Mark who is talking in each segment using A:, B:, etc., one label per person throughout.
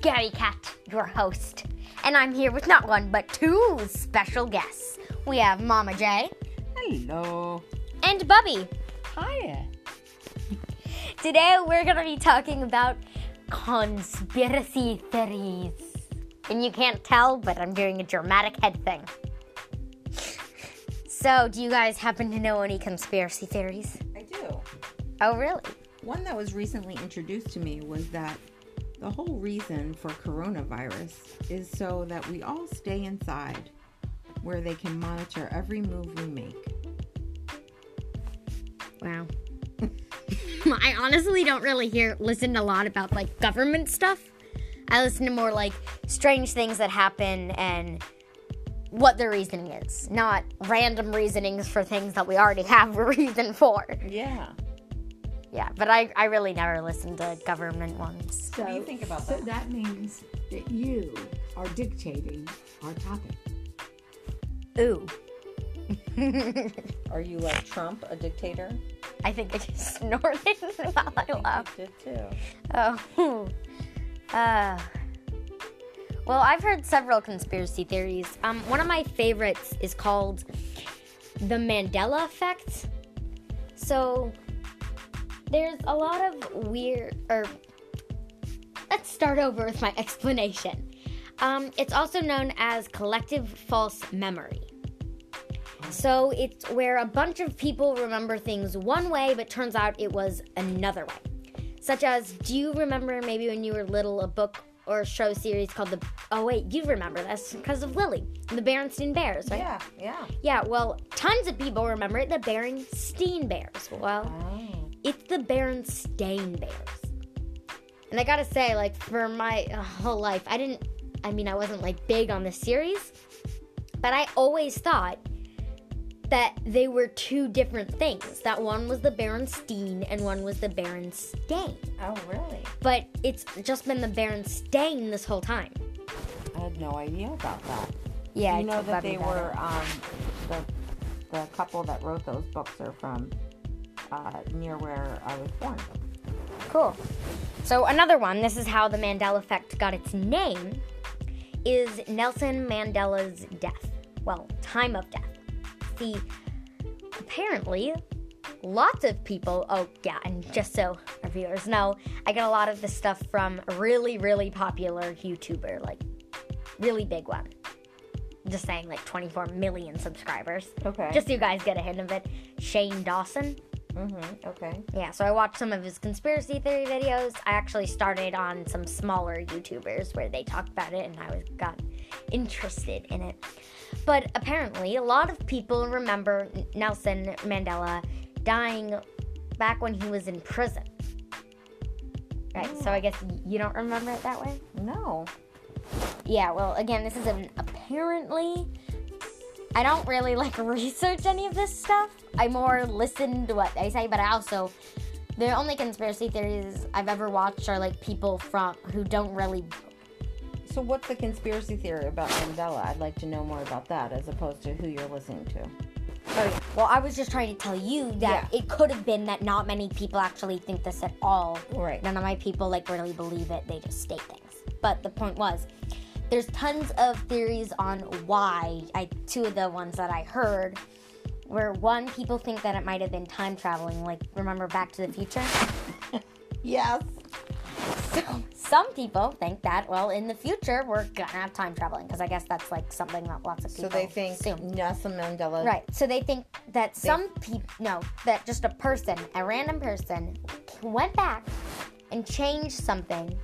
A: Gary Cat, your host. And I'm here with not one, but two special guests. We have Mama J
B: Hello.
A: and Bubby.
B: Hiya.
A: Today we're going to be talking about conspiracy theories. And you can't tell, but I'm doing a dramatic head thing. So, do you guys happen to know any conspiracy theories?
B: I do.
A: Oh, really?
B: One that was recently introduced to me was that the whole reason for coronavirus is so that we all stay inside where they can monitor every move we make.
A: Wow. I honestly don't really hear listen a lot about like government stuff. I listen to more like strange things that happen and what the reasoning is, not random reasonings for things that we already have a reason for.
B: Yeah.
A: Yeah, but I, I really never listen to government ones.
C: So,
B: do you think about
C: so
B: that?
C: that means that you are dictating our topic.
A: Ooh.
B: Are you like Trump, a dictator?
A: I think I just snorted while I laughed.
B: did too.
A: Oh. hmm. Uh. Well, I've heard several conspiracy theories. Um, one of my favorites is called the Mandela effect. So there's a lot of weird or let's start over with my explanation. Um, it's also known as collective false memory. So it's where a bunch of people remember things one way, but turns out it was another way such as do you remember maybe when you were little a book or a show series called the oh wait you remember this because of lily the berenstain bears right
B: Yeah, yeah.
A: Yeah, well tons of people remember it the berenstain bears well
B: Oh.
A: it's the berenstain bears and i gotta say like for my uh, whole life i didn't i mean i wasn't like big on this series but i always thought that they were two different things that one was the berenstain and one was the berenstain
B: Oh, really?
A: but it's just been the Baron staying this whole time.
B: I had no idea about that.
A: Yeah,
B: you know that they were um, the the couple that wrote those books are from uh, near where I was born.
A: cool. So another one. This is how the Mandela effect got its name. Is Nelson Mandela's death? Well, time of death. See, apparently, lots of people. Oh yeah, and just so our viewers know, I get a lot of this stuff from a really, really popular YouTuber, like really big one. Just saying, like 24 million subscribers.
B: Okay.
A: Just so you guys get a hint of it, Shane Dawson.
B: Mm-hmm. Okay.
A: Yeah, so I watched some of his conspiracy theory videos. I actually started on some smaller YouTubers where they talked about it and I was got interested in it. But apparently, a lot of people remember Nelson Mandela dying back when he was in prison. Right, so I guess you don't remember it that way?
B: No.
A: Yeah, well, again, this is an apparently. I don't really like research any of this stuff. I more listen to what they say, but I also the only conspiracy theories I've ever watched are like people from who don't really.
B: So what's the conspiracy theory about Mandela? I'd like to know more about that as opposed to who you're listening to.
A: Well, I was just trying to tell you that it could have been that not many people actually think this at all.
B: Right.
A: None of my people like really believe it. They just state things. But the point was, there's tons of theories on why. I two of the ones that I heard were one people think that it might have been time traveling, like remember Back to the Future.
B: Yes.
A: So some people think that well, in the future we're gonna have time traveling because I guess that's like something that lots of
B: So
A: people.
B: they think
A: assume.
B: Nelson Mandela.
A: Right. So they think that some people, no, that just a person, a random person, went back and changed something,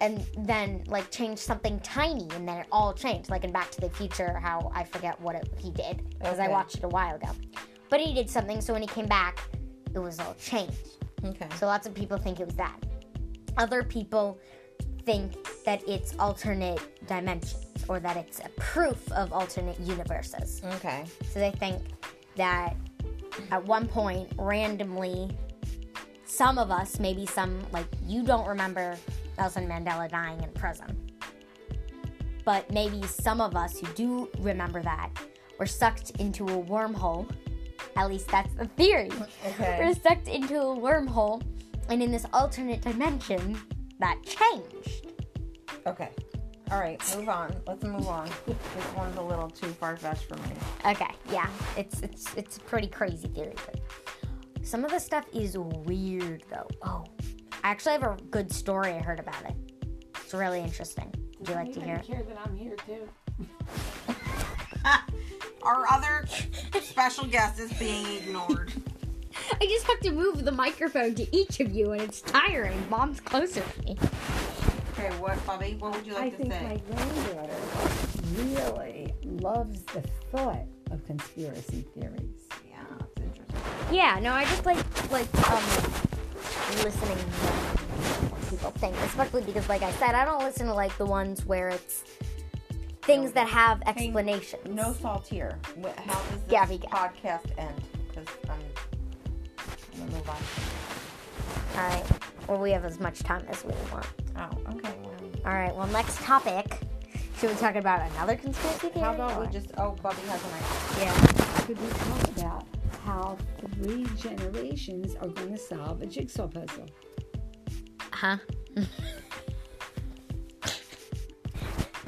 A: and then like changed something tiny, and then it all changed. Like in Back to the Future, how I forget what it, he did because I
B: Okay.
A: watched it a while ago, but he did something. So when he came back, it was all changed.
B: Okay.
A: So lots of people think it was that. Other people think that it's alternate dimensions or that it's a proof of alternate universes.
B: Okay.
A: So they think that at one point, randomly, some of us, maybe some, like you don't remember Nelson Mandela dying in prison. But maybe some of us who do remember that were sucked into a wormhole. At least that's the theory.
B: Okay.
A: We're sucked into a wormhole and in this alternate dimension that changed.
B: Okay. All right, move on. Let's move on. This one's a little too far fetched for me.
A: Okay, yeah, it's it's it's a pretty crazy theory. But some of the stuff is weird though. Oh, I actually have a good story I heard about it. It's really interesting. Would you like to hear it?
D: care that I'm here too.
B: Our other special guest is being ignored.
A: I just have to move the microphone to each of you, and it's tiring. Mom's closer to me.
B: Okay, what, Bobby? What would you
C: I
B: like to
C: think
B: say?
C: my granddaughter really loves the thought of conspiracy theories.
B: Yeah, it's interesting.
A: Yeah, no, I just like like um listening to what people think, especially because, like I said, I don't listen to like the ones where it's things that have explanations.
B: No salt here. Wh- How does this
A: Gabby, Gabby.
B: podcast end? Because I'm, I'm gonna move on.
A: All right. Well, we have as much time as we want.
B: Oh, okay. Well,
A: All right. Well, next topic. Should we talk about another conspiracy theory?
B: how about
A: or-
B: we just? Oh, Bobby has an idea.
A: Yeah.
C: Could we talk about how three generations are going to solve a jigsaw puzzle?
A: Huh?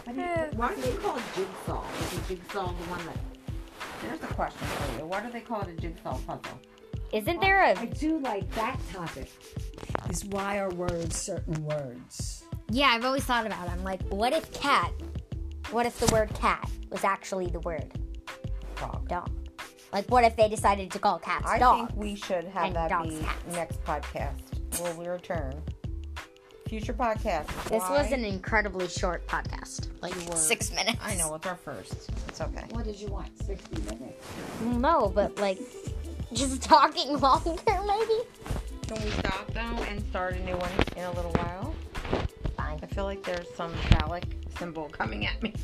C: How do you-
B: Why do they call it jigsaw? Is a jigsaw the one that? There's a question for you. Why do they call it a jigsaw puzzle?
A: Isn't there
C: I
A: a?
C: do like that topic. Is why are words certain words?
A: Yeah, I've always thought about. it. I'm like, what if cat? What if the word cat was actually the word
B: Dog.
A: dog? Like, what if they decided to call cats
B: I
A: dogs?
B: think we should have
A: And
B: that
A: dog's
B: be
A: cats.
B: next podcast when we return. Future podcast.
A: This
B: Why-
A: was an incredibly short podcast, like
B: You were-
A: six minutes.
B: I know it's our first. It's okay.
C: What did you want? 60 minutes.
A: No, but like, just talking longer, maybe.
B: Can we stop now and start a new one in a little while?
A: Fine.
B: I feel like there's some phallic symbol coming at me.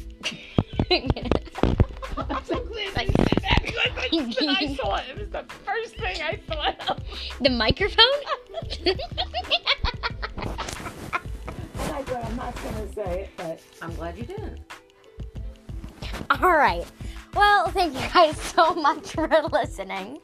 D: I saw it. It was the first thing I thought of.
A: the microphone.
C: And I thought I'm not going to say it, but
B: I'm glad you did.
A: All right. Well, thank you guys so much for listening.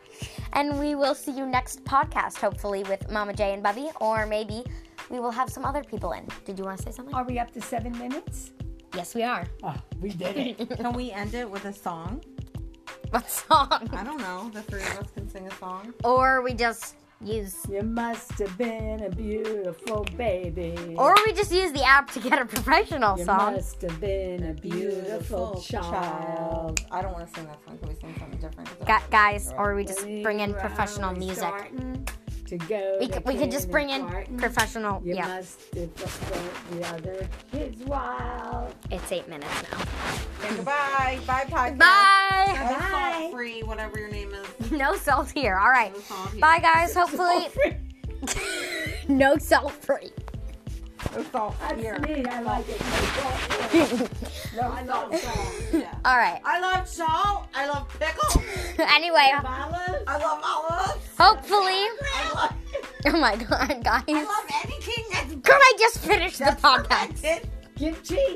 A: And we will see you next podcast, hopefully, with Mama Jay and Bubby, or maybe we will have some other people in. Did you want to say something?
C: are we up to seven minutes?
A: Yes, we are.
C: Oh, we did it.
B: Can we end it with a song?
A: What song?
B: I don't know. The three of us can sing a song.
A: Or we just use.
C: you must have been a beautiful baby.
A: Or we just use the app to get a professional
C: you
A: song.
C: must have been a beautiful child.
B: I don't want to sing that song. Can we sing something different? 'Cause I
A: Gu- guys, or we just
C: Running
A: bring in
C: around
A: professional
C: and
A: music.
C: starting To go
A: We
C: to
A: could, we kinda just bring in
C: kindergarten.
A: professional.
C: You
A: Yeah,
C: must have put the other kids wild.
A: it's eight minutes now.
B: Okay, goodbye. Bye, podcast.
A: Bye.
B: Go
C: Bye.
B: salt free, whatever your name is.
A: No salt here. All right.
B: Go salt here.
A: Bye, guys. Hopefully, no salt free.
B: Go salt
C: That's
B: here.
C: me. I like it. No, I love that.
B: Yeah.
A: All right.
B: I love salt. I love pickles.
A: anyway,
C: Follow.
B: I love olives.
A: hopefully.
B: I love,
A: Oh my god, guys.
B: I love anything that's
A: Could I just finish the podcast?
B: fermented.
C: Kimchi.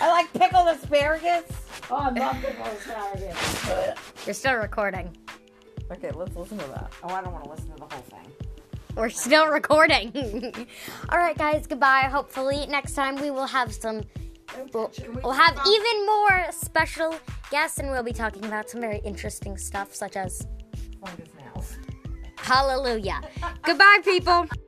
B: I like pickled asparagus.
C: Oh, I love the whole asparagus.
A: You're still recording.
B: Okay, let's listen to that. Oh, I don't want to listen to the whole thing.
A: We're still recording. All right, guys. Goodbye. Hopefully, next time we will have some. We'll, we'll have even more special guests, and we'll be talking about some very interesting stuff, such as
B: Find his nails.
A: Hallelujah. Goodbye, people.